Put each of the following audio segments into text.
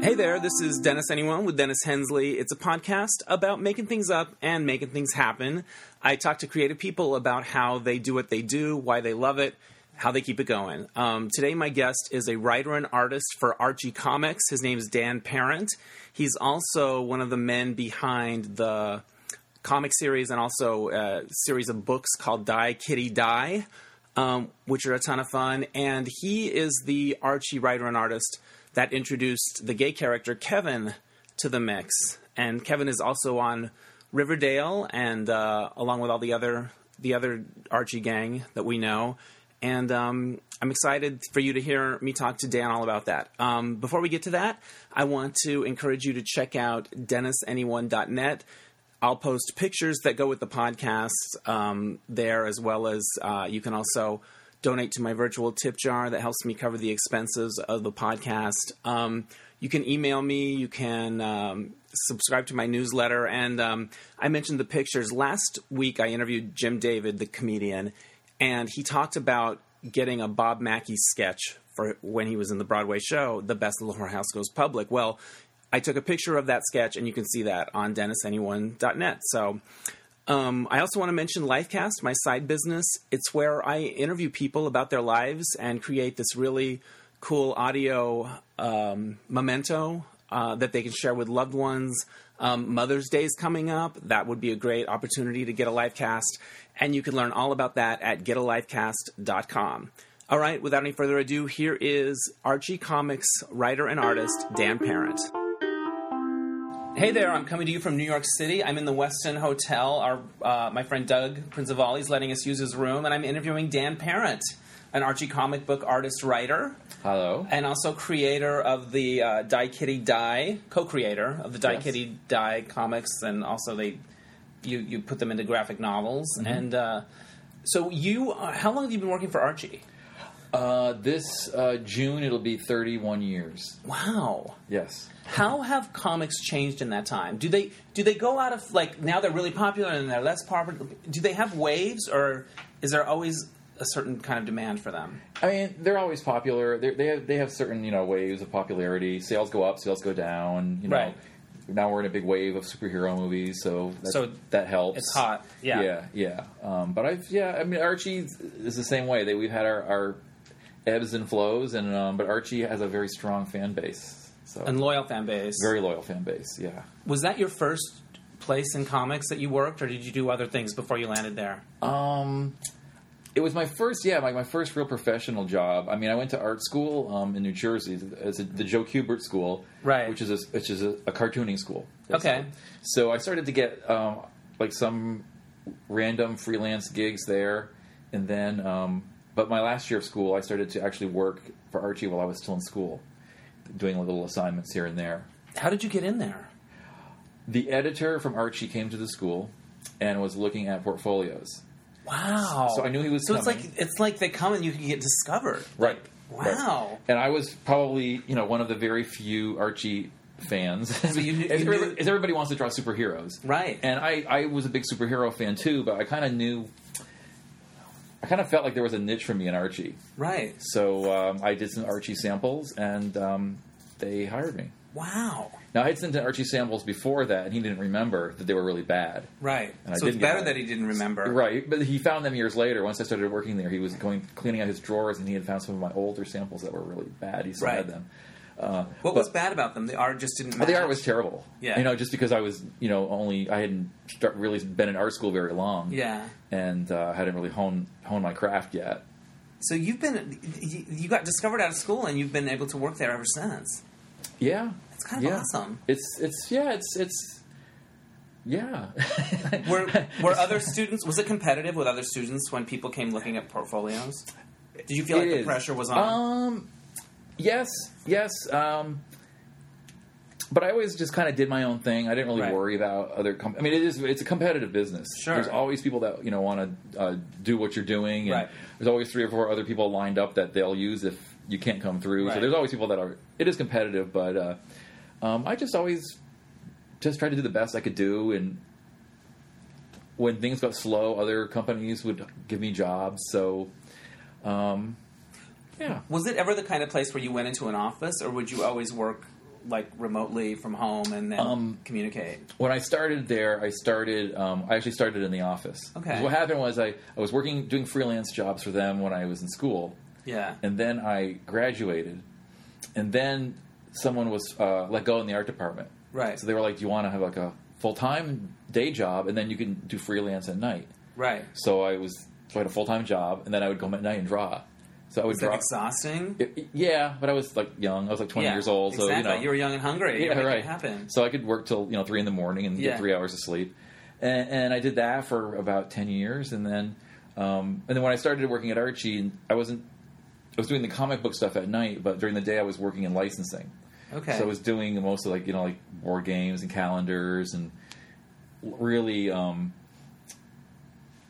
Hey there, this is Dennis Anyone with Dennis Hensley. It's a podcast about making things up and making things happen. I talk to creative people about how they do what they do, why they love it, how they keep it going. Um, today, my guest is a writer and artist for Archie Comics. His name is Dan Parent. He's also one of the men behind the comic series and also a series of books called Die Kitty Die, um, which are a ton of fun. And he is the Archie writer and artist that introduced the gay character Kevin to the mix. And Kevin is also on Riverdale, and uh, along with all the other the other Archie gang that we know. And um, I'm excited for you to hear me talk to Dan all about that. Um, before we get to that, I want to encourage you to check out DennisAnyone.net. I'll post pictures that go with the podcast um, there, as well as uh, you can also donate to my virtual tip jar that helps me cover the expenses of the podcast. Um, you can email me, you can um, subscribe to my newsletter, and um, I mentioned the pictures. Last week, I interviewed Jim David, the comedian, and he talked about getting a Bob Mackey sketch for when he was in the Broadway show, The Best Little House Goes Public. Well, I took a picture of that sketch, and you can see that on DennisAnyone.net. So, um, I also want to mention Lifecast, my side business. It's where I interview people about their lives and create this really cool audio um, memento uh, that they can share with loved ones. Um, Mother's Day is coming up. That would be a great opportunity to get a Lifecast. And you can learn all about that at getalifecast.com. All right, without any further ado, here is Archie Comics writer and artist Dan Parent. Hey there, I'm coming to you from New York City. I'm in the Weston Hotel. Our uh, my friend Doug Prinzavali is letting us use his room, and I'm interviewing Dan Parent, an Archie comic book artist, writer, Hello. and also creator of the uh, Die Kitty Die, co-creator of the Die Yes. Kitty Die comics, and also they you you put them into graphic novels. And uh, so you, uh, how long have you been working for Archie? Uh, this uh, June it'll be 31 years. Wow. Yes. How have comics changed in that time? Do they do they go out of like now they're really popular and they're less popular? Do they have waves, or is there always a certain kind of demand for them? I mean, they're always popular. They're, they have they have certain you know waves of popularity. Sales go up, sales go down. You know, Right. now we're in a big wave of superhero movies, so that's, So that helps. It's hot, yeah. yeah, yeah. Um, but I've yeah, I mean, Archie is the same way. They, we've had our, our ebbs and flows, and um, but Archie has a very strong fan base. So And loyal fan base. very loyal fan base. Yeah. Was that your first place in comics that you worked, or did you do other things before you landed there? Um, it was my first, yeah, like my first real professional job. I mean, I went to art school um, in New Jersey, it's a, the Joe Kubert School, Right. Which is a, which is a, a cartooning school. Okay. So I started to get um, like some random freelance gigs there, and then, um, but my last year of school, I started to actually work for Archie while I was still in school, doing little assignments here and there How did you get in there? the editor from Archie came to the school and was looking at portfolios. Wow. So I knew he was Oh. So it's coming. like it's like they come and you can get discovered. Right. Wow. Right. And I was probably, you know, one of the very few Archie fans. you knew- As you knew- everybody- as everybody wants to draw superheroes. Right. And I, I was a big superhero fan too, but I kind of knew, I kind of felt like there was a niche for me in Archie. Right. So um, I did some Archie samples and um, they hired me. Wow. Now, I had sent in Archie samples before that, and he didn't remember that they were really bad. Right. And I so it's didn't get better hired. that he didn't remember. Right, but he found them years later. Once I started working there, he was going cleaning out his drawers, and he had found some of my older samples that were really bad. He still Right. had them. Uh, What but- was bad about them? The art just didn't. Well, the match. art was terrible. Yeah. you know, just because I was, you know, only I hadn't start, really been in art school very long. Yeah. and uh, hadn't really honed honed my craft yet. So you've been you you got discovered out of school and you've been able to work there ever since. Yeah, That's kind of Yeah. awesome. It's it's yeah it's it's yeah. Were were other students was it competitive with other students when people came looking at portfolios? Did you feel like It the is. pressure was on? Um, yes, yes. Um, but I always just kind of did my own thing. I didn't really Right. worry about other. Com- I mean, it is it's a competitive business. Sure. There's always people that you know want to uh, do what you're doing, and Right. there's always three or four other people lined up that they'll use if you can't come through. Right. So there's always people that are. It is competitive, but uh, um, I just always just tried to do the best I could do, and when things got slow, other companies would give me jobs. So, um, yeah. was it ever the kind of place where you went into an office, or would you always work like remotely from home and then Um, communicate? when I started there, I started. Um, I actually started in the office. Okay. 'Cause What happened was I, I was working doing freelance jobs for them when I was in school, Yeah. and then I graduated, and then someone was uh, let go in the art department. Right. So they were like, "Do you want to have like a full time day job, and then you can do freelance at night?" right. So I was so I had a full time job, and then I would go home at night and draw. So I would Is that draw. exhausting? It- it- yeah, but I was like young. I was like twenty Yeah, years old. So exactly. you know were young and hungry. yeah, Make it right. Happen. So I could work till you know three in the morning and Yeah. get three hours of sleep, and, and I did that for about ten years, and then um, and then when I started working at Archie, I wasn't I was doing the comic book stuff at night, but during the day I was working in licensing. Okay. So I was doing mostly like you know like war games and calendars and really um,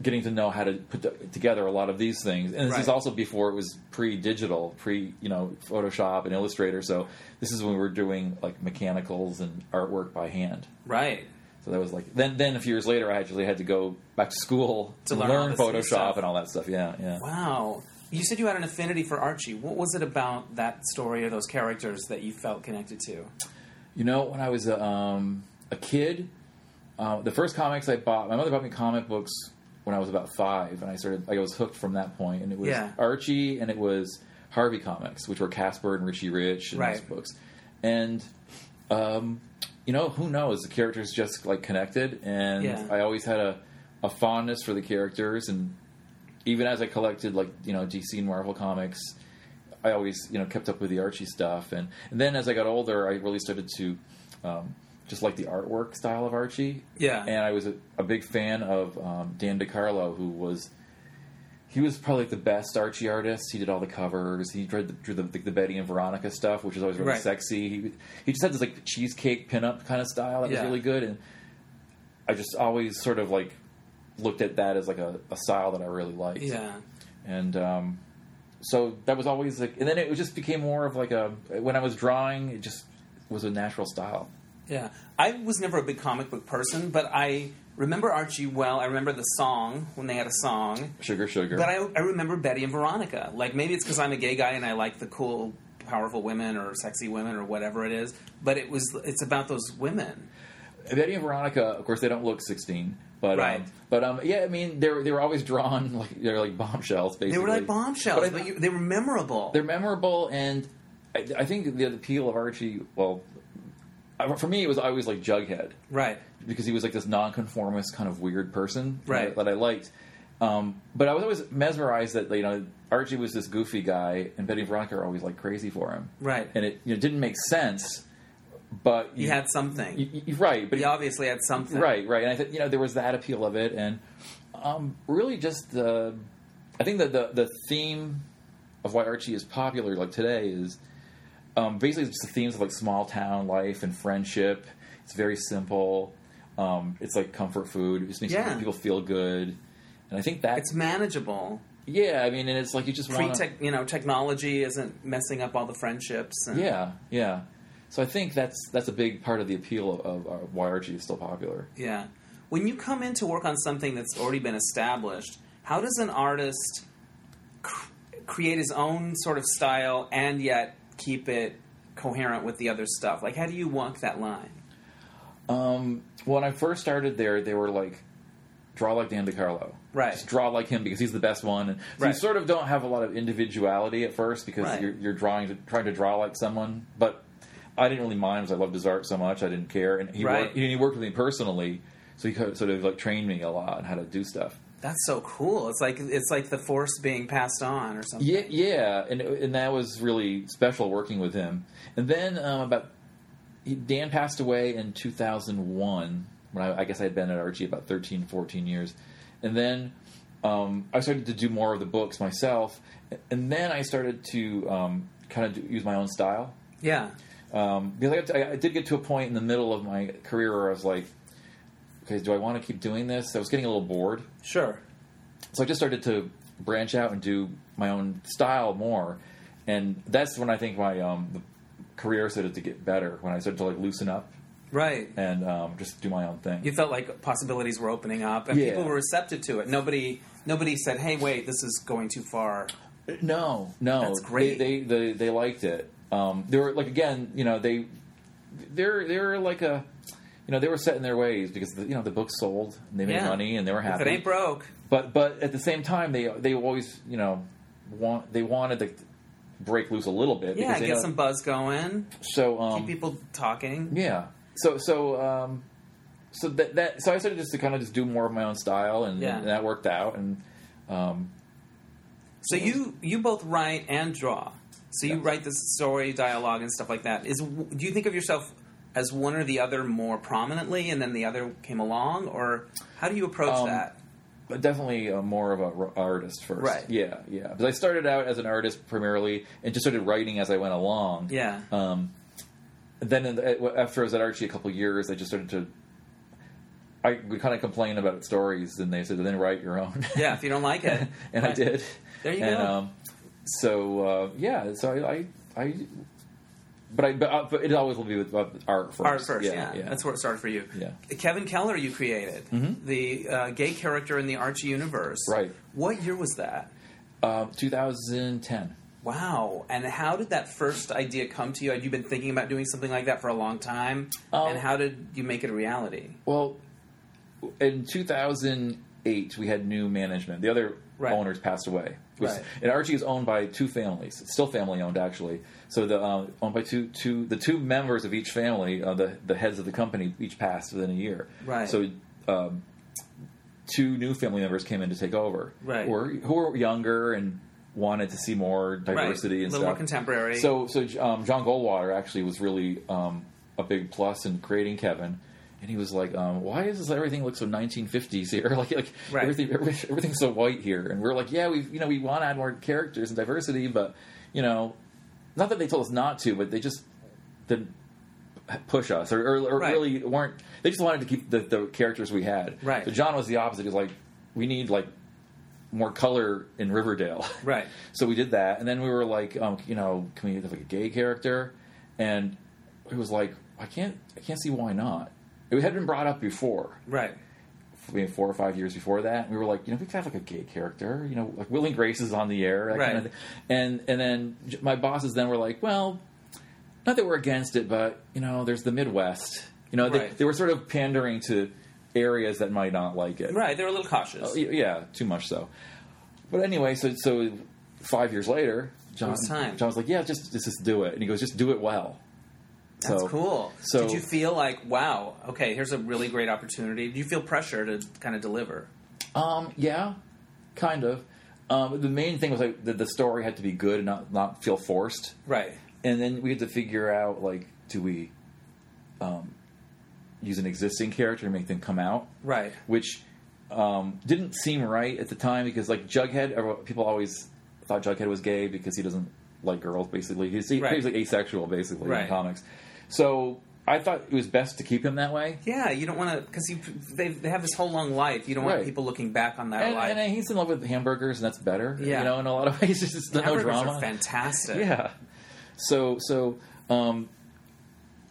getting to know how to put t- together a lot of these things. And this is Right. also before it was pre-digital, pre you know Photoshop and Illustrator. So this is when we were doing like mechanicals and artwork by hand. right. So that was like then. Then a few years later, I actually had to go back to school To to, learn learn, all this new stuff. Photoshop and all that stuff. Yeah, yeah. Wow. You said you had an affinity for Archie. What was it about that story or those characters that you felt connected to? You know, when I was a, um, a kid, uh, the first comics I bought, my mother bought me comic books when I was about five, and I started, like, I was hooked from that point, and it was Yeah. Archie and it was Harvey comics, which were Casper and Richie Rich and those Right. books. And, um, you know, who knows? The characters just, like, connected, and Yeah. I always had a, a fondness for the characters, and even as I collected, like, you know, DC and Marvel comics, I always you know kept up with the Archie stuff, and, and then as I got older, I really started to um, just like the artwork style of Archie. Yeah. and I was a, a big fan of um, Dan DiCarlo, who was he was probably like, the best Archie artist. He did all the covers. He drew the, drew the, the, Betty and Veronica stuff, which was always really Right. sexy. He, he just had this like cheesecake pinup kind of style that Yeah. was really good, and I just always sort of like looked at that as like a, a style that I really liked Yeah. and um, so that was always like and then it just became more of like a when i was drawing it just was a natural style Yeah. I was never a big comic book person, but I remember Archie well. I remember the song when they had a song. sugar sugar But I, I remember Betty and Veronica. Like maybe it's because I'm a gay guy and I like the cool, powerful women or sexy women or whatever it is. But it was it's about those women. betty and veronica of course they don't look 16 but Right. um, but um yeah i mean they were they were always drawn like they're like bombshells basically They were like bombshells, but, But I- you, they were memorable. they're memorable and i, I think the appeal of archie well I- for me it was always like jughead right. because he was like this nonconformist kind of weird person Right. that, that I liked. Um, but I was always mesmerized that you know Archie was this goofy guy, and Betty and Veronica were always like crazy for him, Right. And it you know, didn't make sense, but You had something. you, you- right, but You obviously had something. right, right. And I think you know there was that appeal of it, and um, really just the I think that the the theme of why Archie is popular like today is um, basically it's just the themes of like small town life and friendship. It's very simple. Um, it's like comfort food. It just makes Yeah. people feel good, and I think that's It's manageable. yeah. I mean, and it's like you just Pre want to tech, you know, technology isn't messing up all the friendships. And, yeah, yeah. So I think that's that's a big part of the appeal of, of uh, why Archie is still popular. Yeah. When you come in to work on something that's already been established, how does an artist cr- create his own sort of style and yet keep it coherent with the other stuff? Like, how do you walk that line? Um, when I first started there, they were like, draw like Dan DiCarlo. Right. Just draw like him because he's the best one. And so you Right. sort of don't have a lot of individuality at first because Right. you're, you're drawing to, trying to draw like someone. But I didn't really mind because I loved his art so much. I didn't care. And he, Right. worked, he worked with me personally, so he co- sort of like trained me a lot on how to do stuff. That's so cool. It's like it's like the force being passed on or something. Yeah, yeah, and and that was really special working with him. And then um, about he- Dan passed away in 2001 when I, I guess I had been at Archie about 13, 14 years, and then um, I started to do more of the books myself, and then I started to um, kind of do, use my own style Yeah. um, because I, got to, I- I did get to a point in the middle of my career where I was like, okay, do I want to keep doing this? I was getting a little bored Sure. so I just started to branch out and do my own style more, and that's when I think my um, the career started to get better when I started to like loosen up Right. and um, just do my own thing. you felt like possibilities were opening up and Yeah. people were receptive to it nobody nobody said hey wait this is going too far No, no, That's great. They they, they, they liked it. Um, they were like again, you know, they they're they're like a, you know, they were set in their ways because the, you know the book sold and they made Yeah. money and they were If happy. it ain't broke. but but at the same time, they they always you know want they wanted to break loose a little bit. Yeah, because they get know- some buzz going. So um, Keep people talking. yeah. So so um, so that that so I started just to kind of just do more of my own style, and, Yeah. and that worked out. And um, So you you both write and draw. So you Yeah. write the story, dialogue, and stuff like that. Is do you think of yourself as one or the other more prominently, and then the other came along, or how do you approach Um, that? but definitely uh, more of a r- artist first. Right. Yeah, yeah. Because I started out as an artist primarily, and just started writing as I went along. Yeah. Um, then in the, after I was at Archie a couple years, I just started to. I would kind of complain about stories, and they said, "Then write your own." yeah, if you don't like it, and I Right. did. There you and, go. Um, so uh, yeah, so I, I, I but I, but, uh, but it always will be with uh, art first. Art first, yeah, That's where it started for you. Yeah. Kevin Keller, you created the uh, gay character in the Archie universe. Mm-hmm. Right. What year was that? Uh, 2010. Wow. And how did that first idea come to you? Had you been thinking about doing something like that for a long time? Um, and how did you make it a reality? Well, in 2008, we had new management. The other Right. owners passed away. It was- Right. And Archie is owned by two families. It's still family owned, actually. So the um, owned by two two the two members of each family, uh, the the heads of the company, each passed within a year. Right. So. Um, Two new family members came in to take over, Right. who were, who were younger and wanted to see more diversity right. and a little stuff. more contemporary. So, so um, John Goldwater actually was really um, a big plus in creating Kevin, and he was like, um, "Why is this everything look so 1950s here? like, like Right. everything, everything, everything's so white here." And we are like, "Yeah, we you know we want to add more characters and diversity, but you know, not that they told us not to, but they just didn't push us or, or, or Right. really weren't. They just wanted to keep the, the characters we had. Right. So John was the opposite. He was like, "We need like." More color in Riverdale, right. so we did that, and then we were like, um, you know, can we have like a gay character? And it was like, I can't, I can't see why not. It had been brought up before, Right. I mean, four or five years before that. And we were like, you know, we could have like a gay character, you know, like Will and Grace is on the air, that kind of Right. thing. And and then j- my bosses then were like, well, not that we're against it, but you know, there's the Midwest. You know, they, Right. they were sort of pandering to areas that might not like it. Right. They were a little cautious. Y- Oh, Yeah, too much so. But anyway, so so five years later, John was time. John's like, yeah, just just just do it, and he goes, just do it well. That's So- cool. so- did you feel like, wow, okay, here's a really great opportunity? Did you feel pressure to kind of deliver? Um, yeah, kind of. Um, the main thing was like that the story had to be good and not not feel forced. Right. And then we had to figure out like, do we um, use an existing character and make them come out? Right. which um, didn't seem right at the time because like Jughead, everyone- people always thought Jughead was gay because he doesn't like girls. Basically, he's, he, Right. he's like asexual basically Right. in comics. So I thought it was best to keep him that way. Yeah, you don't want to because they they have this whole long life. You don't want Right. people looking back on that And, life. and he's in love with hamburgers, and that's better. Yeah. you know, in a lot of ways, it's just no Hamburgers drama. are fantastic. Yeah. So so um,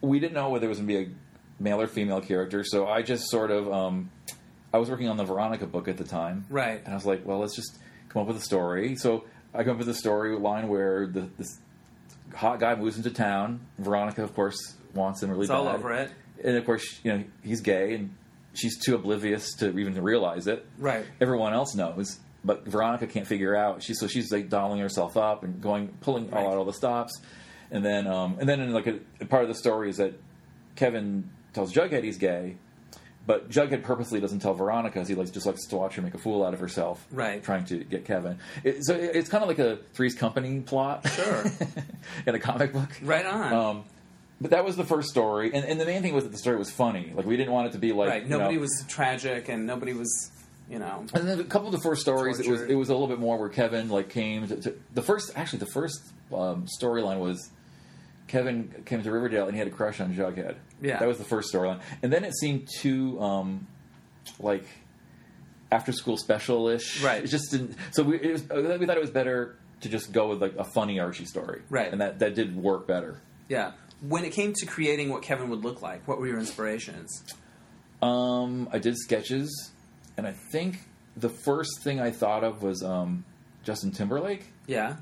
we didn't know whether it was going to be a male or female character. So I just sort of um, I was working on the Veronica book at the time, Right. And I was like, well, let's just come up with a story. So I come up with a story line where the, this hot guy moves into town. Veronica, of course, wants him really It's bad. all over it. And of course, you know he's gay, and she's too oblivious to even realize it Right. everyone else knows, but Veronica can't figure out. She so she's like dolling herself up and going pulling all Right. out all the stops, and then um, and then in like a, a part of the story is that Kevin tells Jughead he's gay, but Jughead purposely doesn't tell Veronica because he likes just likes to watch her make a fool out of herself, Right. Trying to get Kevin. It, so it, it's kind of like a Three's Company plot, Sure. in a comic book, Right on. Um, but that was the first story, and, and the main thing was that the story was funny. Like we didn't want it to be like right. you know- Nobody was tragic, and nobody was, you know. and then a couple of the first stories, it was Tortured. it was a little bit more where Kevin like came to, to the first. Actually, the first um, storyline was Kevin came to Riverdale and he had a crush on Jughead. Yeah. that was the first storyline, and then it seemed too um, like after school special ish. Right. It just didn't. So we it was, uh, we thought it was better to just go with like a funny Archie story. Right. and that that did work better. Yeah. When it came to creating what Kevin would look like, what were your inspirations? Um, I did sketches, and I think the first thing I thought of was um, Justin Timberlake. Yeah.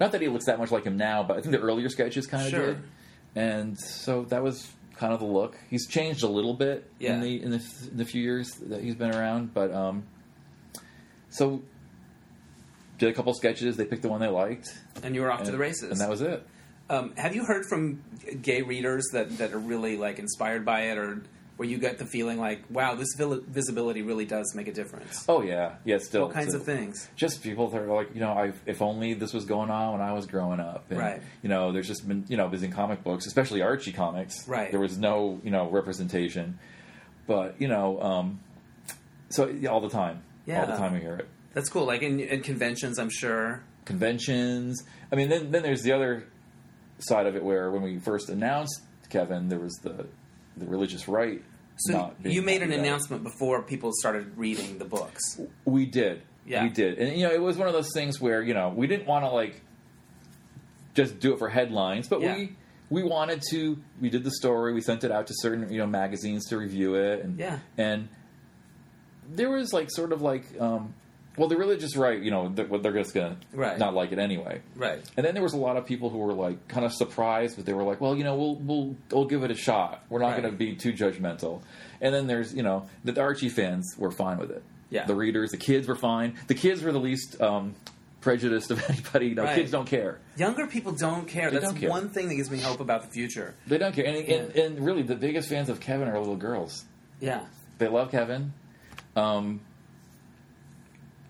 Not that he looks that much like him now, but I think the earlier sketches kind of Sure. did. And so that was kind of the look. He's changed a little bit Yeah. in the in the, f- in the few years that he's been around, but um, so did a couple sketches. They picked the one they liked, and you were off to and- the races. and that was it. um, have you heard from gay readers that, that are really like inspired by it, or where you get the feeling like, wow, this vil- visibility really does make a difference? Oh yeah, yeah. Still, All kinds so- of things. Just people that are like, you know, I, if only this was going on when I was growing up. And, Right. You know, there's just been, you know, visiting comic books, especially Archie comics. Right. There was no, you know, representation. But, you know, um, so yeah, all the time. Yeah. All the time I hear it. That's cool. Like in, in conventions, I'm sure. Conventions. I mean, then, then there's the other side of it where when we first announced Kevin, there was the, the religious right. So not being you made an happy about it. announcement before people started reading the books. We did. Yeah. We did. And, you know, it was one of those things where, you know, we didn't want to, like, just do it for headlines, but Yeah. we. We wanted to. We did the story. We sent it out to certain, you know, magazines to review it, and Yeah. and there was like sort of like, um, well, the religious right, you know, they're, they're just gonna Right. not like it anyway, Right. and then there was a lot of people who were like kind of surprised, but they were like, "Well, you know, we'll we'll we'll give it a shot. We're not Right. going to be too judgmental." And then there's you know the, the Archie fans were fine with it. Yeah. the readers, the kids were fine. The kids were the least um, prejudiced of anybody. You know, Right. kids don't care. Younger people don't care. That's don't care. one thing that gives me hope about the future. They don't care. And, and, and really, the biggest fans of Kevin are little girls. Yeah. They love Kevin. Um,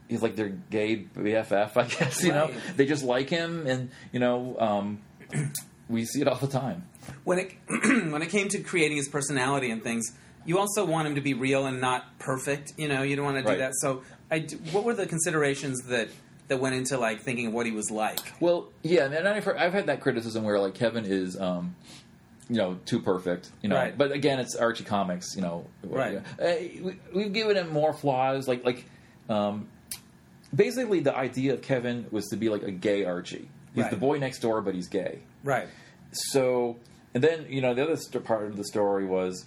he's like their gay BFF, I guess. You know, Right. they just like him, and you know, um, we see it all the time. When it when it came to creating his personality and things, you also want him to be real and not perfect. You know, you don't want to do Right. that. So, I d what were the considerations that that went into like thinking of what he was like? Well, yeah, and I've heard, I've had that criticism where like Kevin is, um, you know, too perfect, you know. Right. But again, it's Archie Comics, you know. Right. Uh, we, we've given him more flaws, like like, um, basically the idea of Kevin was to be like a gay Archie. He's Right. the boy next door, but he's gay. Right. So, and then you know the other st- part of the story was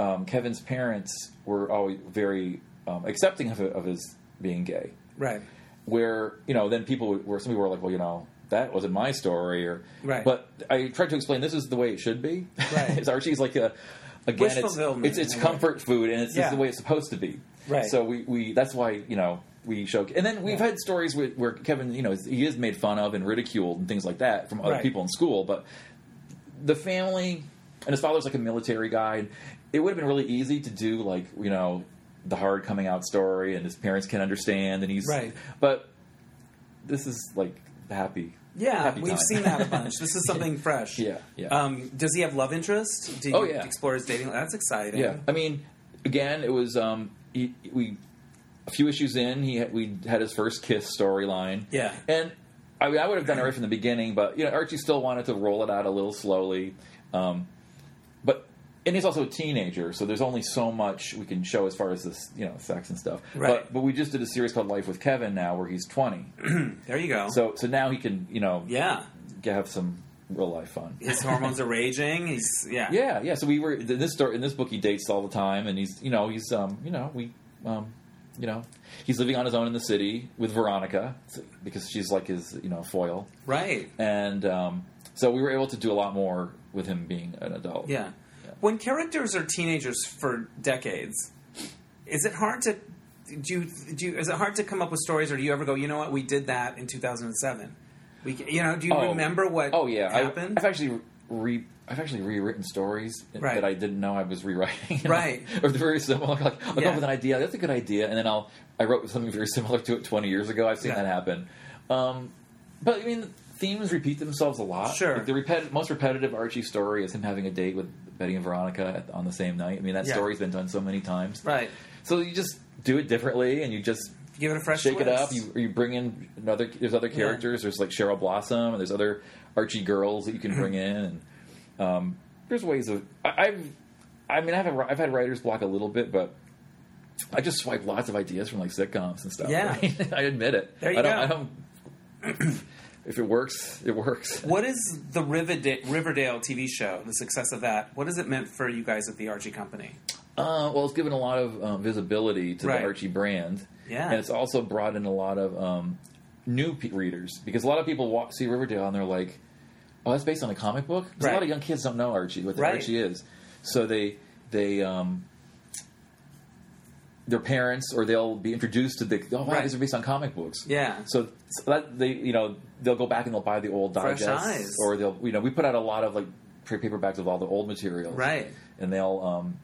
um, Kevin's parents were always very um, accepting of, of his being gay Right. where you know then people were some people were like well you know that wasn't my story or Right. but i tried to explain this is the way it should be Right. It's archie's like a again Wish it's fulfillment, it's, it's in a way. comfort food and it's, Yeah. it's the way it's supposed to be Right. so we, we that's why you know we show and then we've had stories where, where kevin you know he is made fun of and ridiculed and things like that from other Right. people in school but the family and his father's like a military guy. and It would have been really easy to do like you know the hard coming out story, and his parents can understand, and he's Right. But this is like happy. Yeah, happy we've time. seen that a bunch. This is something fresh. Yeah, yeah. Um, does he have love interest? Do you Oh, yeah. explore his dating? That's exciting. yeah, I mean, again, it was um, he, we a few issues in. He had, we had his first kiss storyline. Yeah. and I mean, I would have done it right from the beginning, but you know, Archie still wanted to roll it out a little slowly. Um, but and he's also a teenager, so there's only so much we can show as far as this, you know, sex and stuff. Right. But but we just did a series called Life with Kevin now, where he's 20. There you go. So so now he can, you know, yeah. g- have some real life fun. His hormones are raging. He's yeah. Yeah, yeah. So we were in this story in this book. He dates all the time, and he's you know he's um you know we um you know he's living on his own in the city with Veronica because she's like his you know foil, Right. and um, so we were able to do a lot more with him being an adult. Yeah. When characters are teenagers for decades, is it hard to do? You, do you, is it hard to come up with stories, or do you ever go, you know what, we did that in two thousand and seven? We, ca- you know, do you Oh. remember what? Oh yeah, I, happened. I've actually re. I've actually rewritten stories Right. that I didn't know I was rewriting. you know? Right. or they're very similar. Like I'll come Yeah. up with an idea. That's a good idea, and then I'll I wrote something very similar to it 20 years ago. I've seen Yeah. that happen. Um, but I mean, themes repeat themselves a lot. Sure. Like, the repeti- most repetitive Archie story is him having a date with Betty and Veronica at, on the same night. I mean, that Yeah. story's been done so many times. right. So you just do it differently, and you just Give it a fresh shake it twist. up. You you bring in another. There's other characters. There's like Cheryl Blossom. And there's other Archie girls that you can bring in. And um, there's ways of I, I've. I mean, I've had, I've had writer's block a little bit, but I just swipe lots of ideas from like sitcoms and stuff. Yeah. right? I admit it. There you I don't, go. I don't. if it works, it works. What is the Riverdale, Riverdale TV show? The success of that. What has it meant for you guys at the Archie Company? Uh, well, it's given a lot of um, visibility to Right. the Archie brand. Yeah. And it's also brought in a lot of um, new pe- readers because a lot of people walk, see Riverdale and they're like, oh, that's based on a comic book? 'Cause A Right. lot of young kids don't know Archie, what the Right. Archie is. So they they um, their parents or they'll be introduced to the oh wow Right. these are based on comic books. Yeah. So, so that they you know they'll go back and they'll buy the old Fresh eyes. digests or they'll you know we put out a lot of like trade paperbacks of all the old materials. Right. And they'll um,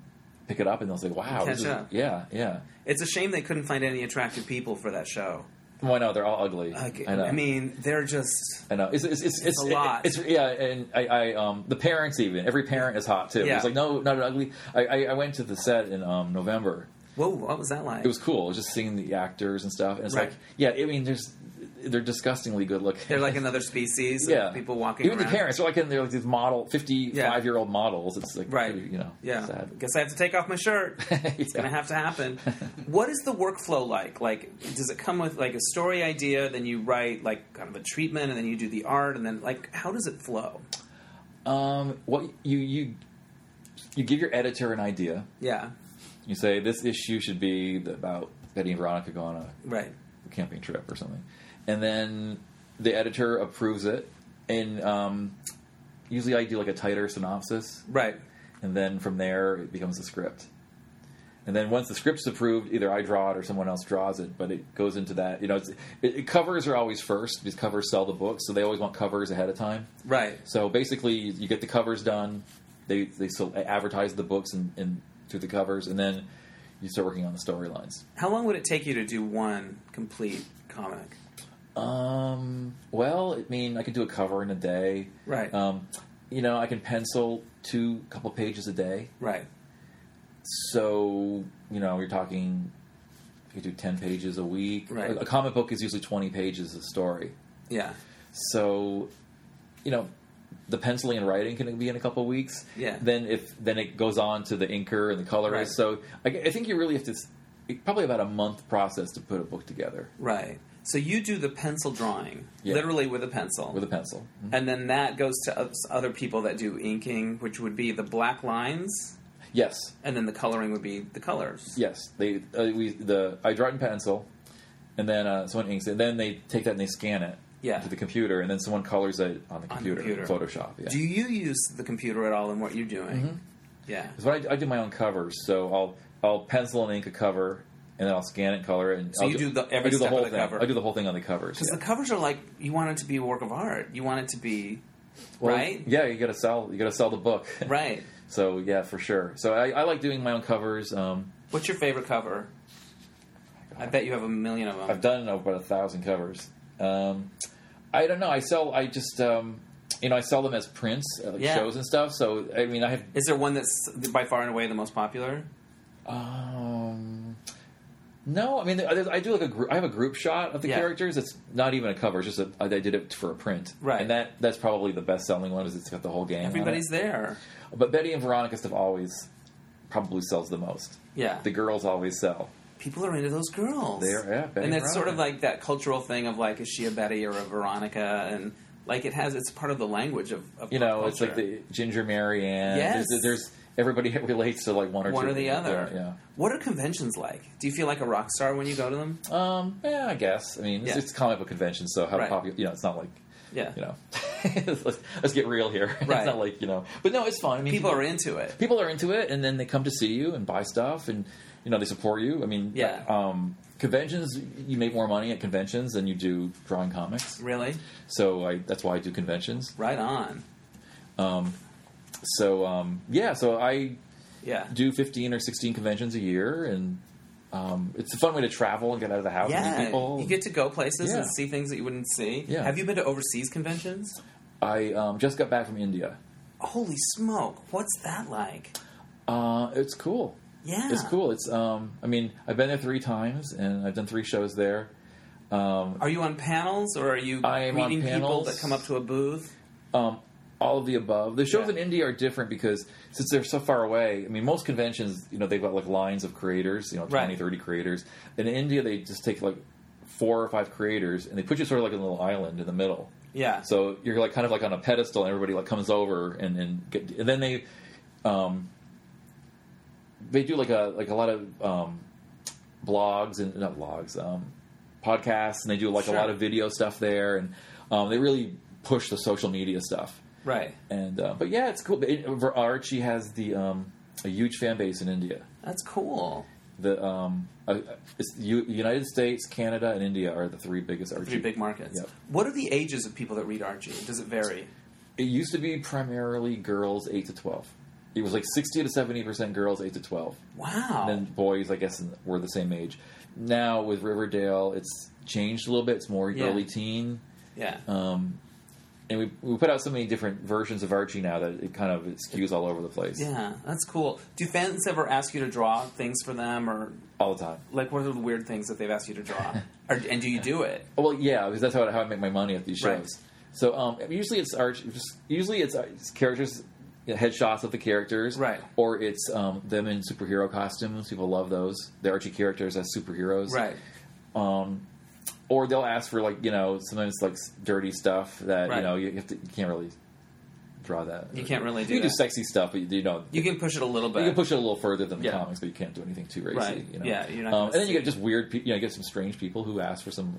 pick it up and they'll say wow Catch this is, up. yeah yeah. It's a shame they couldn't find any attractive people for that show. Why not? They're all ugly. Like, I know. I mean, they're just I know. It's it's it's, a lot. It's yeah, and I, I um the parents even every parent is hot too. Yeah. It's like no, not an ugly. I, I I went to the set in um November. whoa. What was that like? It was cool. It was just seeing the actors and stuff. And it's Right. like yeah, I mean there's they're disgustingly good looking. they're like another species. of yeah people walking. Even around. the parents are like in they're like these model fifty five year old models. It's like Right. pretty, you know Yeah. sad. Guess I have to take off my shirt. It's Yeah. going to have to happen. what is the workflow like? Like, does it come with like a story idea, then you write like kind of a treatment, and then you do the art, and then like how does it flow? Um, what you you you give your editor an idea. Yeah. You say this issue should be about Betty and Veronica going on a Right. camping trip or something. And then the editor approves it. And um, usually I do like a tighter synopsis. Right. And then from there, it becomes a script. And then once the script's approved, either I draw it or someone else draws it. But it goes into that. You know, it's, it, it- covers are always first because covers sell the books. So they always want covers ahead of time. Right. So basically, you you get the covers done. They, they sell- advertise the books and, and through the covers. And then you start working on the storylines. How long would it take you to do one complete comic? Um. Well, I mean, I can do a cover in a day. Right. Um, you know, I can pencil two couple pages a day. Right. So you know, you're talking. You could do ten pages a week. Right. A, a comic book is usually twenty pages a story. Yeah. So, you know, the penciling and writing can be in a couple weeks. Yeah. Then if then it goes on to the inker and the colorist. Right. So I, I think you really have to. s- Probably about a month process to put a book together Right. So you do the pencil drawing, Yeah. literally with a pencil, with a pencil. and then that goes to us- other people that do inking, which would be the black lines, Yes. and then the coloring would be the colors. Yes, they uh, we the I draw it in pencil, and then uh, someone inks it. And then they take that and they scan it Yeah. to the computer, and then someone colors it on the computer, computer. Photoshop. Yeah, Do Mm-hmm. you use the computer at all in what you're doing? Yeah. so I, I do my own covers, so I'll I'll pencil and ink a cover, and then I'll scan it, color it. And So I'll you do the- every I do the step of whole the thing. cover. I do the whole thing on the covers. Because yeah. the covers are like, you want it to be a work of art. You want it to be, Well, right? Yeah, you gotta sell. You gotta sell the book. Right. so yeah, for sure. So I, I like doing my own covers. Um, What's your favorite cover? I bet you have a million of them. I've done about a thousand covers. Um, I don't know. I sell. I just um, you know I sell them as prints, uh, like Yeah. shows and stuff. So I mean, I have. Is there one that's by far and away the most popular? Um, no, I mean, I I do like a group. I have a group shot of the Yeah. characters. It's not even a cover. It's just a, I did it for a print, Right. And that that's probably the best selling one. Is it's got the whole game. on it. Everybody's there. But Betty and Veronica stuff always probably sells the most. Yeah. The girls always sell. People are into those girls. They're- yeah, Betty and it's sort of Veronica. like that cultural thing of like, is she a Betty or a Veronica? And like it has, it's part of the language of, of You pop know, it's like culture. the Ginger Mary Ann. Yes. There's, there's everybody relates to like one or one two or the people. other. Yeah. What are conventions like? Do you feel like a rock star when you go to them? Um, yeah, I guess. I mean, it's, Yeah. it's a comic book convention, so how Right. popular? You know, it's not like Yeah. you know. let's, let's get real here. Right. It's not like you know, but no, it's fun. I mean, People are into it. people are into it, and then they come to see you and buy stuff, and you know they support you. I mean, Yeah. Um, conventions, you make more money at conventions than you do drawing comics. Really? So I, that's why I do conventions. Right on. So um, yeah, so I Yeah. do 15 or 16 conventions a year, and um, it's a fun way to travel and get out of the house and meet yeah. people. You get to go places Yeah. and see things that you wouldn't see. Yeah. Have you been to overseas conventions? I um, just got back from India. Holy smoke. What's that like? Uh, it's cool. Yeah. It's cool. It's um, I mean, I've been there three times, and I've done three shows there. Are you on panels or are you I am on meeting people panels. that come up to a booth? Um, All of the above. The shows Yeah. in India are different because since they're so far away. I mean, most conventions, you know, they've got like lines of creators, you know, 20, Right. 30 creators. In India, they just take like four or five creators, and they put you sort of like on a little island in the middle. Yeah. So you're like kind of like on a pedestal, and everybody like comes over and and, get, and then they, um, they do like a like a lot of um, blogs and not blogs, um, podcasts, and they do like Sure. a lot of video stuff there, and um, they really push the social media stuff. Right. And uh, but yeah, it's cool. It, Archie has the um, a huge fan base in India. That's cool. The um, uh, uh, it's the U- United States, Canada, and India are the three biggest Archie. Three big markets. Yep. What are the ages of people that read Archie? Does it vary? It used to be primarily girls, eight to twelve. It was like sixty to seventy percent girls, eight to twelve. Wow. And then boys, I guess, were the same age. Now with Riverdale, it's changed a little bit. It's more Yeah. early teen. yeah. Um, and we, we put out so many different versions of Archie now that it kind of it skews all over the place yeah, that's cool. Do fans ever ask you to draw things for them, or all the time. like what are the weird things that they've asked you to draw? or, and do you do it? Oh, Well, yeah, because that's how, how I make my money at these shows. Right. So um, usually it's arch, usually it's, uh, it's characters, you know, headshots of the characters, Right. Or it's um, them in superhero costumes. People love those. The Archie characters as superheroes, Right. Um, or they'll ask for like you know sometimes like s- dirty stuff that Right. you know you, have to, you can't really draw that. You can't really do you can that. do sexy stuff, but you, you know You can push it a little bit. You can push it a little further than the Yeah. comics, but you can't do anything too racy. Right. You know? Yeah, you're not Um, gonna and then see- you get just weird. pe- You know, you get some strange people who ask for some.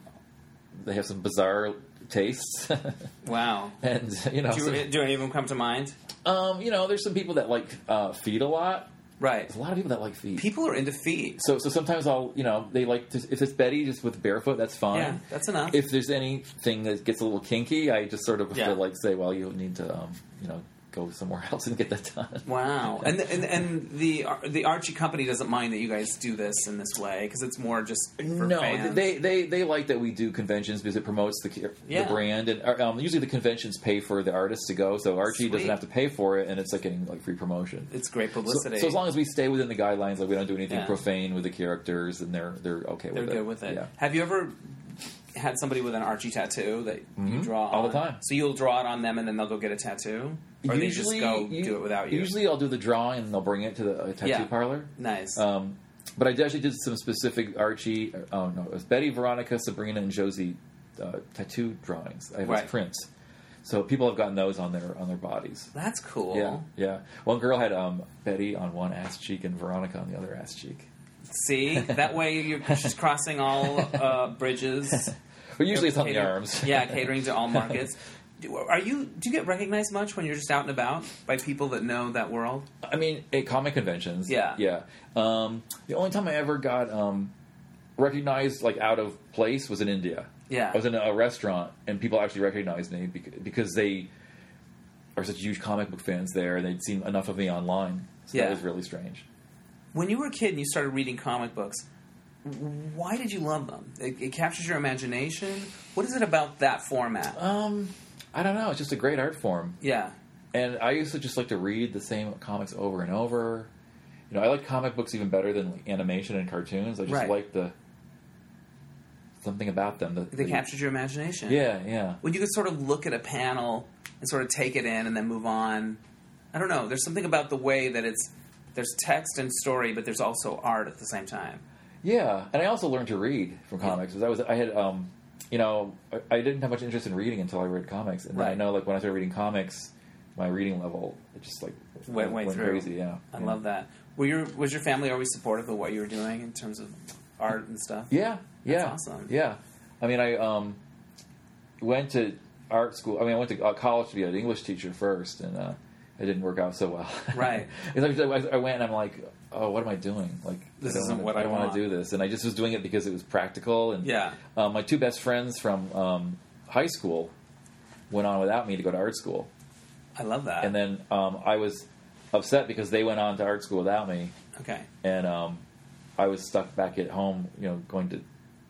They have some bizarre tastes, wow. and you know, Do, you, do any of them come to mind? some- um, you know, there's some people that like uh, feet a lot. Right. There's a lot of people that like feet. People are into feet. so, so sometimes I'll, you know, they like to, if it's Betty just with barefoot, that's fine. Yeah, that's enough. If there's anything that gets a little kinky, I just sort of Yeah. have to like say, well, you need to, um, you know, go somewhere else and get that done. Wow, and and and the the Archie company doesn't mind that you guys do this in this way because it's more just for no, fans. they they they like that we do conventions because it promotes the Yeah. the brand, and uh, um, usually the conventions pay for the artists to go, so Archie Sweet. doesn't have to pay for it, and it's like getting like free promotion. it's great So, publicity. so as long as we stay within the guidelines, like we don't do anything Yeah. profane with the characters, and they're they're okay they're with it. good with it. Yeah. Have you ever had somebody with an Archie tattoo that you draw Mm-hmm. all the on? time. So you'll draw it on them, and then they'll go get a tattoo, or they just go u- do it without you. Usually, I'll do the drawing, and they'll bring it to the uh, tattoo Yeah. parlor. nice. Um, but I actually did some specific Archie. Oh no, it was Betty, Veronica, Sabrina, and Josie uh, tattoo drawings. I have Right. as prints, so people have gotten those on their on their bodies. That's cool. Yeah, yeah. One girl had um, Betty on one ass cheek and Veronica on the other ass cheek. See, that way you're just crossing all uh, bridges. But usually it's on the Catering- arms. yeah, catering to all markets. Do, are you? Do you get recognized much when you're just out and about by people that know that world? I mean, at comic conventions. Yeah. yeah. Um, the only time I ever got um, recognized like out of place was in India. Yeah. I was in a restaurant and people actually recognized me bec- because they are such huge comic book fans there and they'd seen enough of me online. So Yeah. that was really strange. When you were a kid and you started reading comic books, why did you love them? It, it captures your imagination. What is it about that format? Um, I don't know. It's just a great art form. yeah, And I used to just like to read the same comics over and over. You know, I like comic books even better than like, animation and cartoons. I just Right. like the something about them. The, they captured your imagination. Yeah, yeah. When you could sort of look at a panel and sort of take it in and then move on. I don't know. There's something about the way that it's there's text and story, but there's also art at the same time. Yeah, and I also learned to read from comics. 'cause I was I had um, you know, I, I didn't have much interest in reading until I read comics, and Right. then I know like when I started reading comics, my reading level it just like Went way through. crazy. Yeah, I yeah. love that. Were your was your family always supportive of what you were doing in terms of art and stuff? Yeah, yeah, awesome. Yeah, I mean, I um, went to art school. I mean, I went to uh, college to be an English teacher first, and uh, it didn't work out so well. Right. It's like, I I went, and I'm like, oh, what am I doing? Like, This I don't isn't wanna- what I don't wanna want. do this, and I just was doing it because it was practical. And Yeah. um, my two best friends from um, high school went on without me to go to art school, I love that. and then um, I was upset because they went on to art school without me, okay. and um, I was stuck back at home, you know, going to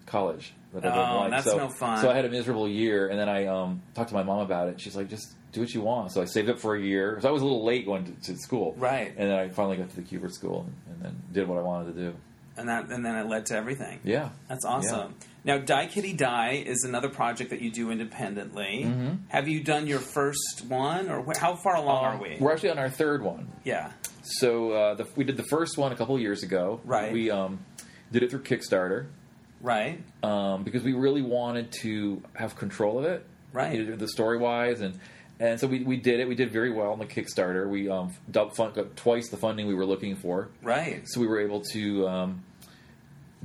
college. That I Oh, didn't like. that's so, no fun. So I had a miserable year, and then I um, talked to my mom about it. She's like, "Just do what you want." So I saved up for a year. So I was a little late going to, to school, Right. And then I finally got to the Cubert School, and, and then did what I wanted to do. and that and then it led to everything. Yeah, That's awesome. Now, Die Kitty Die is another project that you do independently. Mm-hmm. Have you done your first one, or wh- how far along are we? We're actually on our third one. Yeah, So uh, the, we did the first one a couple of years ago. Right. We um, did it through Kickstarter right. um, because we really wanted to have control of it, Right. you know, The story wise and. And so we, we did it. We did very well on the Kickstarter. We um, dub fun, got twice the funding we were looking for. Right. So we were able to um,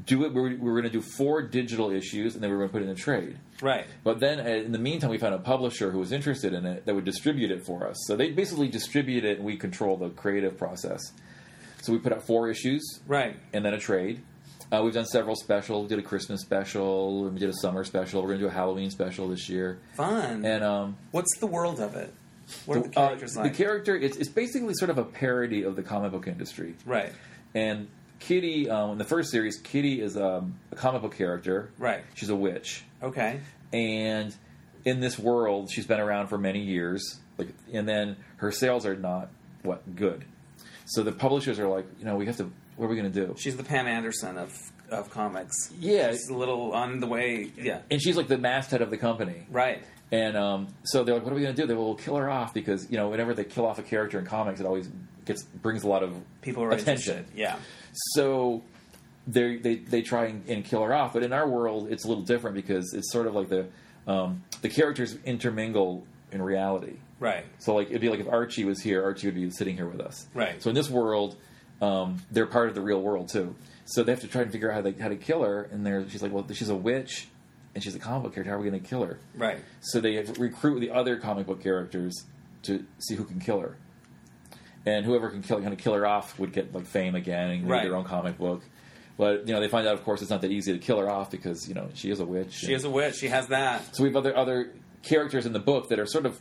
do it. We were, we were going to do four digital issues, and then we were going to put it in a trade. Right. But then, uh, in the meantime, we found a publisher who was interested in it that would distribute it for us. So they basically distribute it, and we control the creative process. So we put out four issues, Right. and then a trade. Uh, we've done several specials. We did a Christmas special. We did a summer special. We're going to do a Halloween special this year. Fun. And um, What's the world of it? What are the uh, characters like? the character, it's, it's basically sort of a parody of the comic book industry. right. And Kitty, um, in the first series, Kitty is um, a comic book character. Right. She's a witch. Okay. and in this world she's been around for many years like and then her sales are not what good so the publishers are like you know we have to what are we going to do She's the Pam Anderson of of comics. yeah She's a little on the way. Yeah. and she's like the masthead of the company Right. and um, so they're like what are we going to do they will kill her off because you know whenever they kill off a character in comics it always gets brings a lot of People are Attention. interested. Yeah. so they they they try and, and kill her off. But in our world, it's a little different because it's sort of like the um, the characters intermingle in reality. Right. So like it'd be like if Archie was here, Archie would be sitting here with us. Right. So in this world, um, they're part of the real world too. So they have to try and figure out how they how to kill her. And they're, she's like, well, she's a witch, and she's a comic book character. How are we going to kill her? Right. So they recruit the other comic book characters to see who can kill her, and whoever can kill kind of kill her off would get like fame again and Right. read their own comic book. But you know they find out, of course, it's not that easy to kill her off because you know she is a witch. She is a witch. She has that. so we have other other characters in the book that are sort of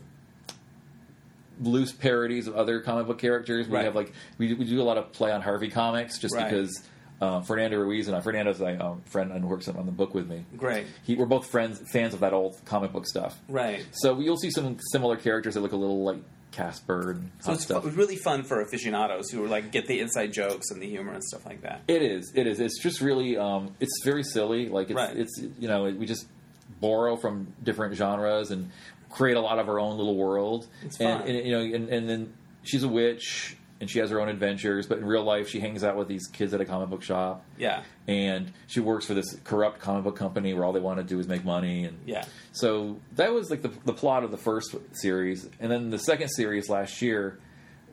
loose parodies of other comic book characters. We Right. have like we, we do a lot of play on Harvey comics just Right. because. Uh, Fernando Ruiz and I, Fernando's a um, friend and works on the book with me. Great. He, we're both friends, fans of that old comic book stuff. Right. So you'll see some similar characters that look a little like Casper and So hot it's stuff. fu- really fun for aficionados who like get the inside jokes and the humor and stuff like that. It is. It is. It's just really. Um, it's very silly. Like it's. Right. It's you know we just borrow from different genres and create a lot of our own little world. It's and, fun. and you know and, and then she's a witch and she has her own adventures, but in real life she hangs out with these kids at a comic book shop. Yeah. And she works for this corrupt comic book company where all they want to do is make money. And Yeah. so that was like the, the plot of the first series, and then the second series last year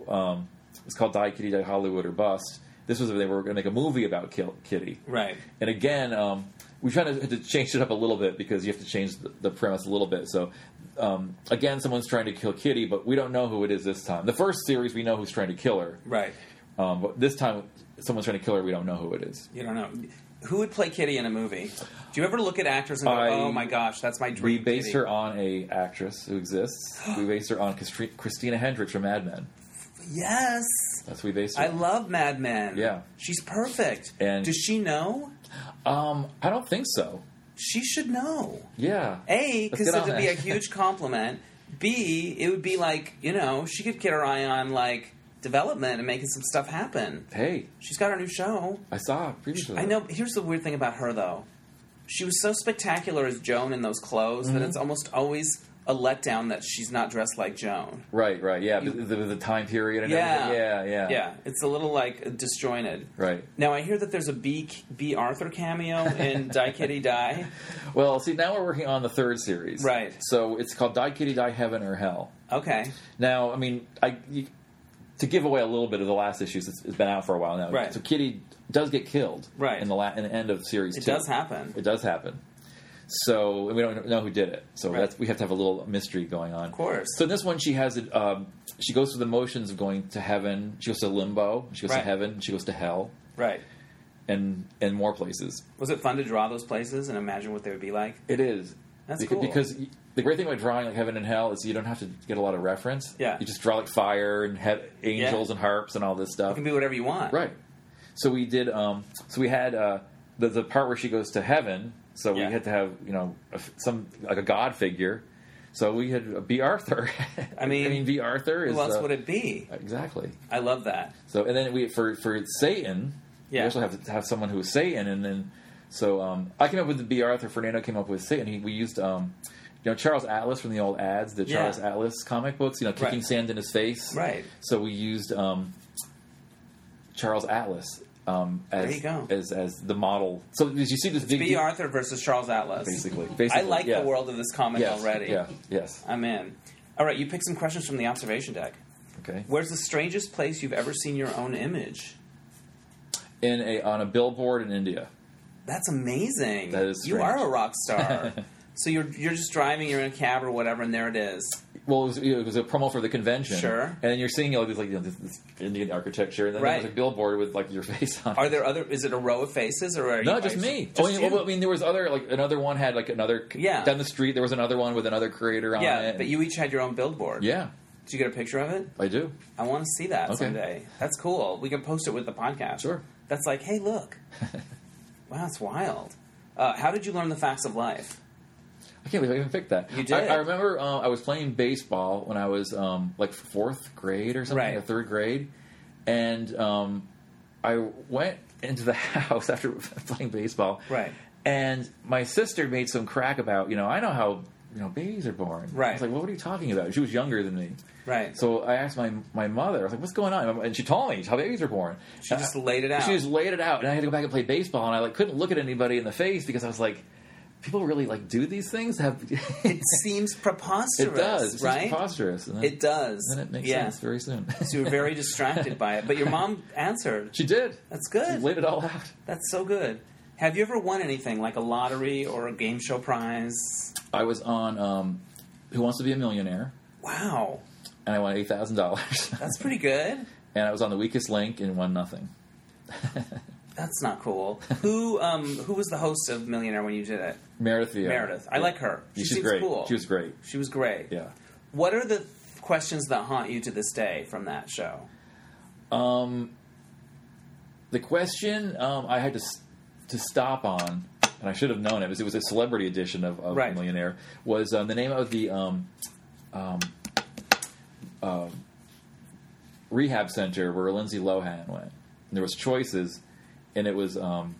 um, was called Die Kitty Die Hollywood or Bust. This was they were going to make a movie about Kill, Kitty, Right. and again, um, we tried to, had to change it up a little bit because you have to change the, the premise a little bit. So, um, again, someone's trying to kill Kitty, but we don't know who it is this time. The first series, we know who's trying to kill her, Right. um, but this time, someone's trying to kill her. We don't know who it is. You don't know. Who would play Kitty in a movie? Do you ever look at actors and go, I- "Oh my gosh, that's my We dream"? based Kitty." her on a actress who exists. we based her on Christi- Christina Hendricks from Mad Men. Yes, That's who we based her. I on. love Mad Men. Yeah. she's perfect. And- does she know? Um, I don't think so. She should know. Yeah. A, Let's because it get on would be a that. huge compliment. B, it would be like you know she could get her eye on like development and making some stuff happen. hey, She's got her new show. I saw it previously. I know. but Here's the weird thing about her, though. She was so spectacular as Joan in those clothes Mm-hmm. that it's almost always a letdown that she's not dressed like Joan. Right, right. Yeah, the, the, the time period and Yeah. everything. Yeah, yeah. Yeah, it's a little like disjointed. Right. Now I hear that there's a B B Arthur cameo in Die Kitty Die. Well, see, now we're working on the third series. Right. So it's called Die Kitty Die Heaven or Hell. Okay, Now, I mean, I you, to give away a little bit of the last issues, it's, it's been out for a while now. Right. So Kitty does get killed. Right. In the la- in the end of series it two. does happen. It does happen. So and we don't know who did it. So Right. that's, we have to have a little mystery going on. Of course. So in this one, she has it. Um, she goes through the motions of going to heaven. She goes to limbo. She goes Right. to heaven. She goes to hell, Right. and and more places. Was it fun to draw those places and imagine what they would be like? It is. That's Beca- cool. Because y- the great thing about drawing like heaven and hell is you don't have to get a lot of reference. Yeah. You just draw like fire and he- angels Yeah. and harps and all this stuff. It can be whatever you want. Right. So we did. Um, so we had uh, the the part where she goes to heaven. So Yeah. we had to have you know a f some like a god figure. So we had uh, B. Arthur. I mean, I mean B. Arthur is Who else uh, would it be? exactly. I love that. So and then we for for Satan. Yeah. We also have to have someone who is Satan, and then so um, I came up with the B. Arthur. Fernando came up with Satan. He, we used um, you know Charles Atlas from the old ads, the Yeah. Charles Atlas comic books. You know, kicking Right. sand in his face. Right. So we used um, Charles Atlas um, as, you go. as as the model. So as you see this big B Arthur versus Charles Atlas. basically, basically, I like yeah. the world of this comic yes. already. Yeah. Yes. I'm in. All right, you picked some questions from the observation deck. Okay. Where's the strangest place you've ever seen your own image? In a on a billboard in India. That's amazing. That is you strange. are a rock star. so you're you're just driving, you're in a cab or whatever, and there it is. Well, it was, you know, it was a promo for the convention. Sure. And then you're seeing all these like you know, this, this Indian architecture, and then Right. there's a billboard with like your face on. Are it. there other? Is it a row of faces or are No, you just me. Just oh, yeah, you. well, I mean, there was other like another one had like another Yeah. down the street. There was another one with another creator on yeah, it. but you each had your own billboard. yeah, Did you get a picture of it? I do. I want to see that Okay. someday. That's cool. We can post it with the podcast. Sure. That's like, hey, look. wow, it's wild. Uh, how did you learn the facts of life? I can't believe I even picked that. You did. I, I remember uh, I was playing baseball when I was um, like fourth grade or something, Right. or third grade, and um, I went into the house after playing baseball. Right. And my sister made some crack about, you know, I know how you know babies are born. I Right. was like, well, what are you talking about? She was younger than me. Right. So I asked my my mother. I was like, "What's going on?" And she told me how babies are born. She just laid it out. She just laid it out, and I had to go back and play baseball, and I like couldn't look at anybody in the face because I was like, "People really like do these things." Have it seems preposterous. it does, It's right? preposterous. And then, It does. Then it makes yeah. sense very soon. So you were very distracted by it, but your mom answered. she did. That's She good. laid it all out. That's so good. Have you ever won anything like a lottery or a game show prize? I was on um, Who Wants to Be a Millionaire, Wow, and I won eight thousand dollars. that's pretty good. and I was on The Weakest Link and won nothing. That's not cool. Who um who was the host of Millionaire when you did it? Meredith. Vieira. Meredith. I like her. She She's seems great. cool. She was great. She was great. Yeah. What are the questions that haunt you to this day from that show? The question um, I had to s- to stop on, and I should have known it because it was a celebrity edition of, of Right. Millionaire. Was um, the name of the um, um, um, rehab center where Lindsay Lohan went? And there was choices, and it was um,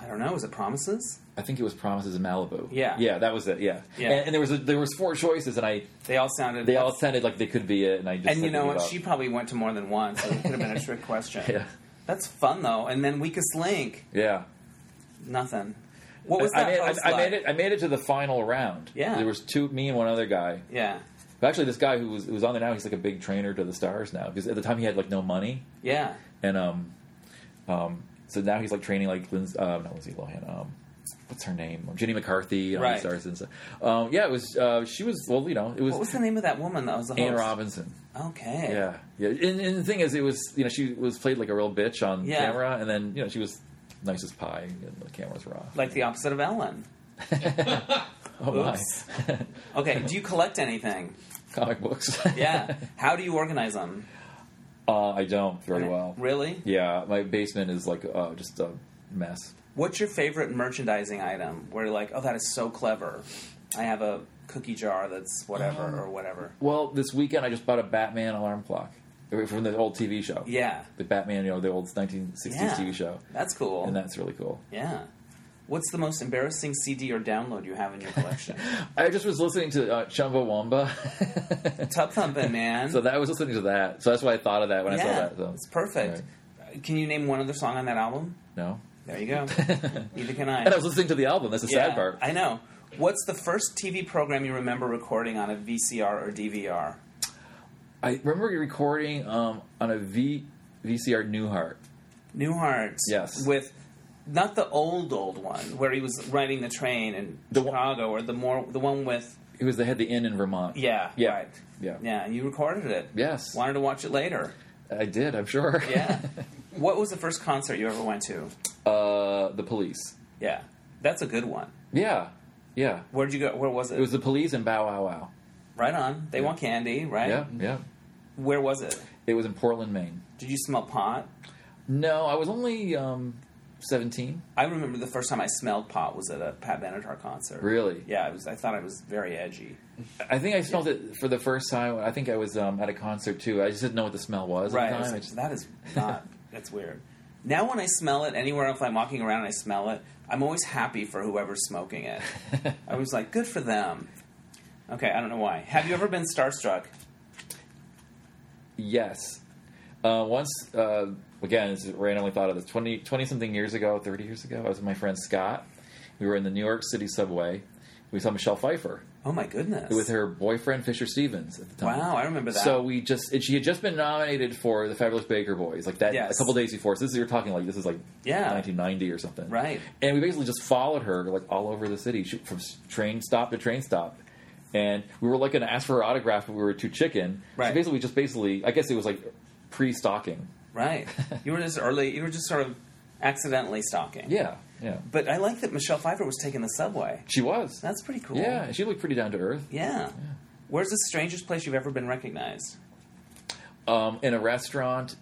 I don't know. Is it promises? I think it was Promises in Malibu. Yeah. yeah, that was it. Yeah, Yeah. And, and there was a, there was four choices, and I They all sounded. they all sounded like they could be it, and I just and you had to know give what? up. She probably went to more than one, so it could have been a trick question. yeah That's fun though. And then weakest link, yeah. nothing. What was that I made, host I, I like? made it. I made it to the final round. Yeah. there was two, me and one other guy. Yeah, But actually, this guy who was, who was on there now, he's like a big trainer to the stars now. Because at the time, he had like no money, yeah. and um, um, so now he's like training like Lindsay, uh, not Lindsay Lohan. Um, what's her name? Jenny McCarthy. all these Right. Stars and stuff. Um, yeah, it was. Uh, she was. Well, you know, it was, What was the name of that woman that was the host? Anne Robinson. Okay. Yeah, yeah. And, and the thing is, it was you know she was played like a real bitch on Yeah. camera, and then you know she was nice as pie, and the cameras were off. Like the opposite of Ellen. oh my, oops. Okay. Do you collect anything? comic books. Yeah. How do you organize them? uh, I don't very well. Really? Yeah, my basement is like uh, just a mess. What's your favorite merchandising item? Where you're like, oh, that is so clever. I have a cookie jar that's whatever Um, or whatever. Well, this weekend I just bought a Batman alarm clock uh, from the old TV show. Yeah. The Batman, you know, the old 1960s Yeah. TV show. That's cool. And that's really cool. yeah. What's the most embarrassing CD or download you have in your collection? I just was listening to uh, Chumbawamba. Tub thumping, man. so that I was listening to that. So that's why I thought of that when I saw yeah, that. So. it's perfect. Uh, Can you name one other song on that album? No. There you go. Neither can I. And I was listening to the album. That's the Yeah, sad part. I know. What's the first TV program you remember recording on a VCR or DVR? I remember recording um, on a v- VCR Newhart. Newhart. Yes. With not the old old one where he was riding the train in The one- Chicago, or the more the one with It was they had the inn in Vermont. yeah Yeah. right Yeah. yeah and you recorded it Yes. wanted to watch it later I did, I'm sure. yeah. what was the first concert you ever went to? uh, the police. Yeah, that's a good one. Yeah, yeah. Where'd you go? Where was it? It was the police and Bow Wow Wow. right on. They want candy, right? Yeah, yeah. Where was it? It was in Portland, Maine. Did you smell pot? No, I was only um, seventeen. I remember the first time I smelled pot was at a Pat Benatar concert. Really? Yeah, it was. I thought I was very edgy. I think I smelled it for the first time. I think I was um, at a concert too. I just didn't know what the smell was. Right. At I the was time. I like, just- that is not. That's weird. Now when I smell it anywhere, if I'm walking around and I smell it, I'm always happy for whoever's smoking it. I was like, good for them. Okay, I don't know why. Have you ever been starstruck? yes. Uh, once uh, again, it's randomly thought of this 20, 20 something years ago, thirty years ago. I was with my friend Scott. We were in the New York City subway. We saw Michelle Pfeiffer. Oh my goodness. with her boyfriend Fisher Stevens at the time. Wow, I remember that. So we just and she had just been nominated for the Fabulous Baker Boys like that Yes. a couple days before. So this is you're talking like this is like Yeah. 1990 or something, Right. And we basically just followed her like all over the city she, from s- train stop to train stop. And we were like going to ask for her autograph, but we were too chicken. Right. So basically, just basically, I guess it was like pre-stalking. right. You were just early. You were just sort of accidentally stalking. Yeah, yeah. But I like that Michelle Pfeiffer was taking the subway. She was. That's pretty cool. yeah, she looked pretty down to earth. Yeah. Where's the strangest place you've ever been recognized? Um, in a restaurant,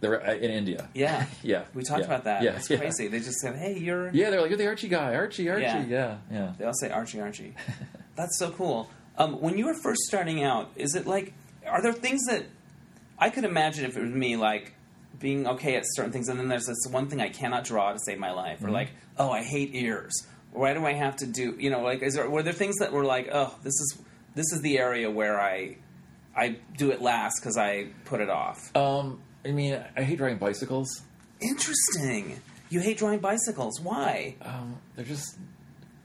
the re- uh, in India. Yeah. Yeah, We talked yeah, about that. yeah, it's yeah. crazy. They just said, "Hey, you're." Yeah, they're like, you're the Archie guy, Archie, Archie. Yeah. Yeah, yeah. They all say Archie, Archie. That's so cool. Um, when you were first starting out, is it like, are there things that I could imagine if it was me, like being okay at certain things, and then there's this one thing I cannot draw to save my life, or like, oh, I hate ears. Why do I have to do? You know, like, is there were there things that were like, oh, this is this is the area where I I do it last because I put it off. Um, I mean, I hate riding bicycles. Interesting. You hate drawing bicycles. Why? Um, they're just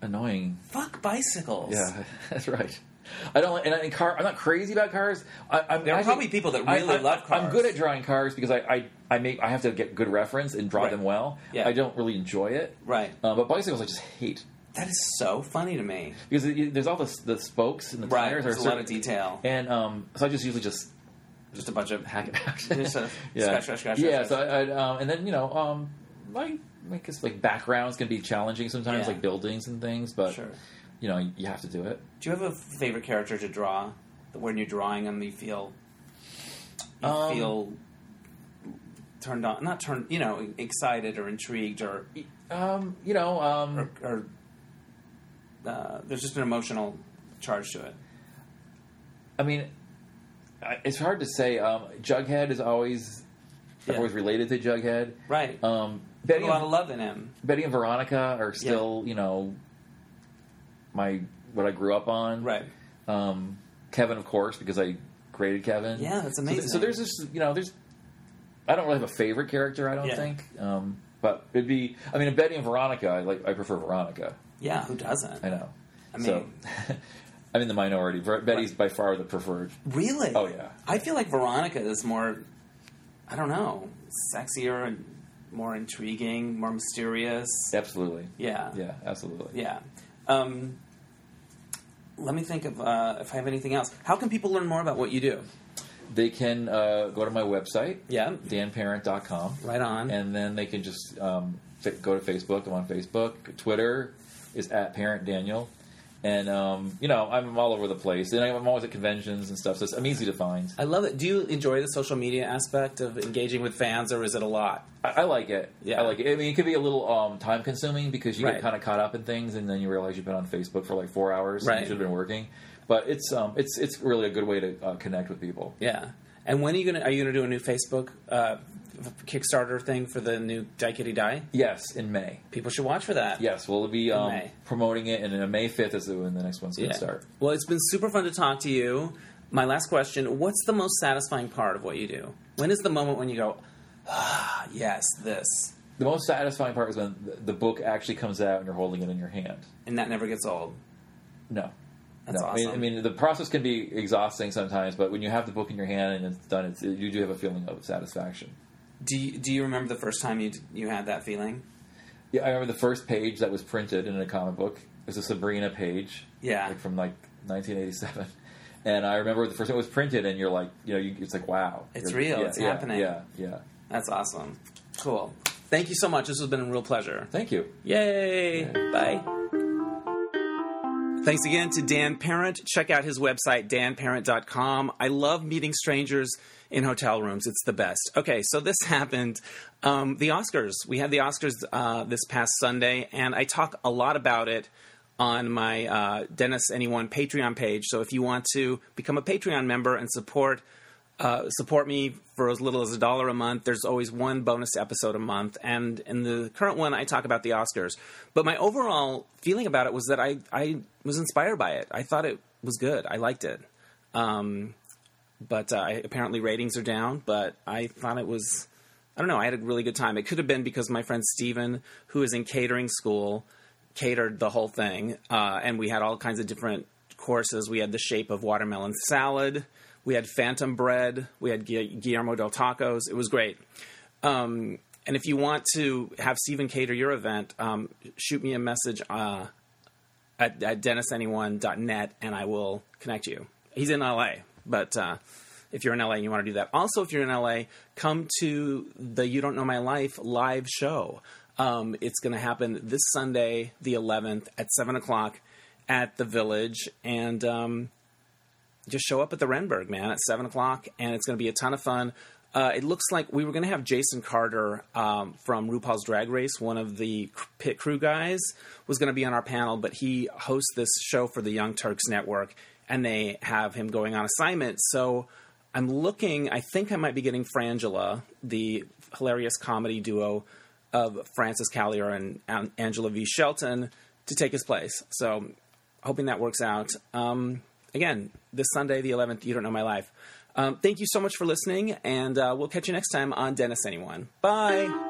annoying. Fuck bicycles. Yeah, that's right. I don't. like- And I mean, car. I'm not crazy about cars. I, I'm There are actually- probably people that really love I'm cars. good at drawing cars because I, I, I make I have to get good reference and draw Right. them well. Yeah. I don't really enjoy it. Right. Uh, but bicycles, I just hate That is so funny to me. because it, you- there's all the the spokes and the Right. tires. There's are a lot certain- of detail. And um, so I just usually just Just a bunch of hack it out. Just sort of yeah. scratch, scratch, scratch, Yeah. scratch, So I, I um, and then you know um, I like guess like backgrounds can be challenging sometimes, Yeah. like buildings and things, but Sure. you know you have to do it. Do you have a favorite character to draw? That when you're drawing them, you feel you Um, feel turned on, not turned, you know, e-, excited or intrigued or Um, you know, um, or, or uh, there's just an emotional charge to it. I mean, I- it's hard to say. Um, Jughead is always Yeah. I've always related to Jughead. Right. Um, There's Betty, a lot of and, love in him. Betty and Veronica are still you know my what I grew up on. Right. um, Kevin, of course, because I graded Kevin. Yeah, that's So th- amazing. So, there's this, you know, there's. I don't really have a favorite character. I don't Yeah. think, um, but it'd be. I mean, Betty and Veronica. I like. I prefer Veronica. Yeah. Who doesn't? I know. I so, mean- I'm in the minority. Ver- Betty's by far the preferred. Really? Oh, yeah. I feel like Veronica is more, I don't know, sexier and more intriguing, more mysterious. Absolutely. Yeah. Yeah. Absolutely. Yeah. Um, let me think of uh, if I have anything else. How can people learn more about what you do? They can uh, go to my website. Yeah. danparent.com. Right on. And then they can just um, fa- go to Facebook. I'm on Facebook. Twitter is at Parent Daniel. And, um, you know, I'm all over the place. And I'm always at conventions and stuff, so it's- I'm easy to find. I love it. Do you enjoy the social media aspect of engaging with fans, or is it a lot? I, I like it. Yeah. I like it. I mean, it could be a little um, time consuming because you Right. get kind of caught up in things and then you realize you've been on Facebook for like four hours Right. and you should have been working. But it's, um, it's, it's really a good way to uh, connect with people. Yeah. And when are you gonna are you gonna do a new Facebook uh, Kickstarter thing for the new Die Kitty Die? Yes, in May. People should watch for that. Yes, we'll be um, May. promoting it, and then May 5th is when the next one's going to start. Well, it's been super fun to talk to you. My last question: What's the most satisfying part of what you do? When is the moment when you go, ah, yes, this, The most satisfying part is when th- the book actually comes out and you're holding it in your hand. and that never gets old. No. That's no. I mean- awesome. I mean, the process can be exhausting sometimes, but when you have the book in your hand and it's done, it's, you do have a feeling of satisfaction. Do you, do you remember the first time you you had that feeling? Yeah, I remember the first page that was printed in a comic book. It was a Sabrina page. Yeah. Like from like 1987. And I remember the first time it was printed, and you're like, you know, you, it's like, wow. It's You're- real. yeah, It's yeah, happening. Yeah, yeah. That's awesome. Cool. Thank you so much. This has been a real pleasure. Thank you. Yay! Bye. Thanks again to Dan Parent. Check out his website, danparent.com. I love meeting strangers in hotel rooms, it's the best. Okay, so this happened. Um, the Oscars. We had the Oscars uh, this past Sunday, and I talk a lot about it on my uh, Dennis Anyone Patreon page. So if you want to become a Patreon member and support, uh, support me for as little as a dollar a month. There's always one bonus episode a month, and in the current one, I talk about the Oscars. But my overall feeling about it was that I I was inspired by it. I thought it was good. I liked it. Um, but uh, I- apparently ratings are down. But I thought it was. I don't know. I had a really good time. It could have been because my friend Steven, who is in catering school, catered the whole thing, uh, and we had all kinds of different courses. We had the shape of watermelon salad. We had phantom bread. We had Gu- Guillermo del Tacos. It was great. Um, and if you want to have Stephen cater your event, um, shoot me a message uh, at, at DennisAnyone.net and I will connect you. He's in LA, but uh, if you're in LA and you want to do that. Also, if you're in LA, come to the You Don't Know My Life live show. Um, it's going to happen this Sunday, the 11th, at 7 o'clock at the Village. And um, just show up at the Renberg, man, at 7 o'clock, and it's going to be a ton of fun. Uh, it looks like we were going to have Jason Carter um, from RuPaul's Drag Race, one of the cr- pit crew guys, was going to be on our panel, but he hosts this show for the Young Turks Network, and they have him going on assignment. So I'm looking, I think I might be getting Frangela, the hilarious comedy duo of Francis Callier and An- Angela V. Shelton, to take his place. So hoping that works out. Um, again, this Sunday, the 11th, You Don't Know My Life. Um, thank you so much for listening, and uh, we'll catch you next time on Dennis Anyone. Bye.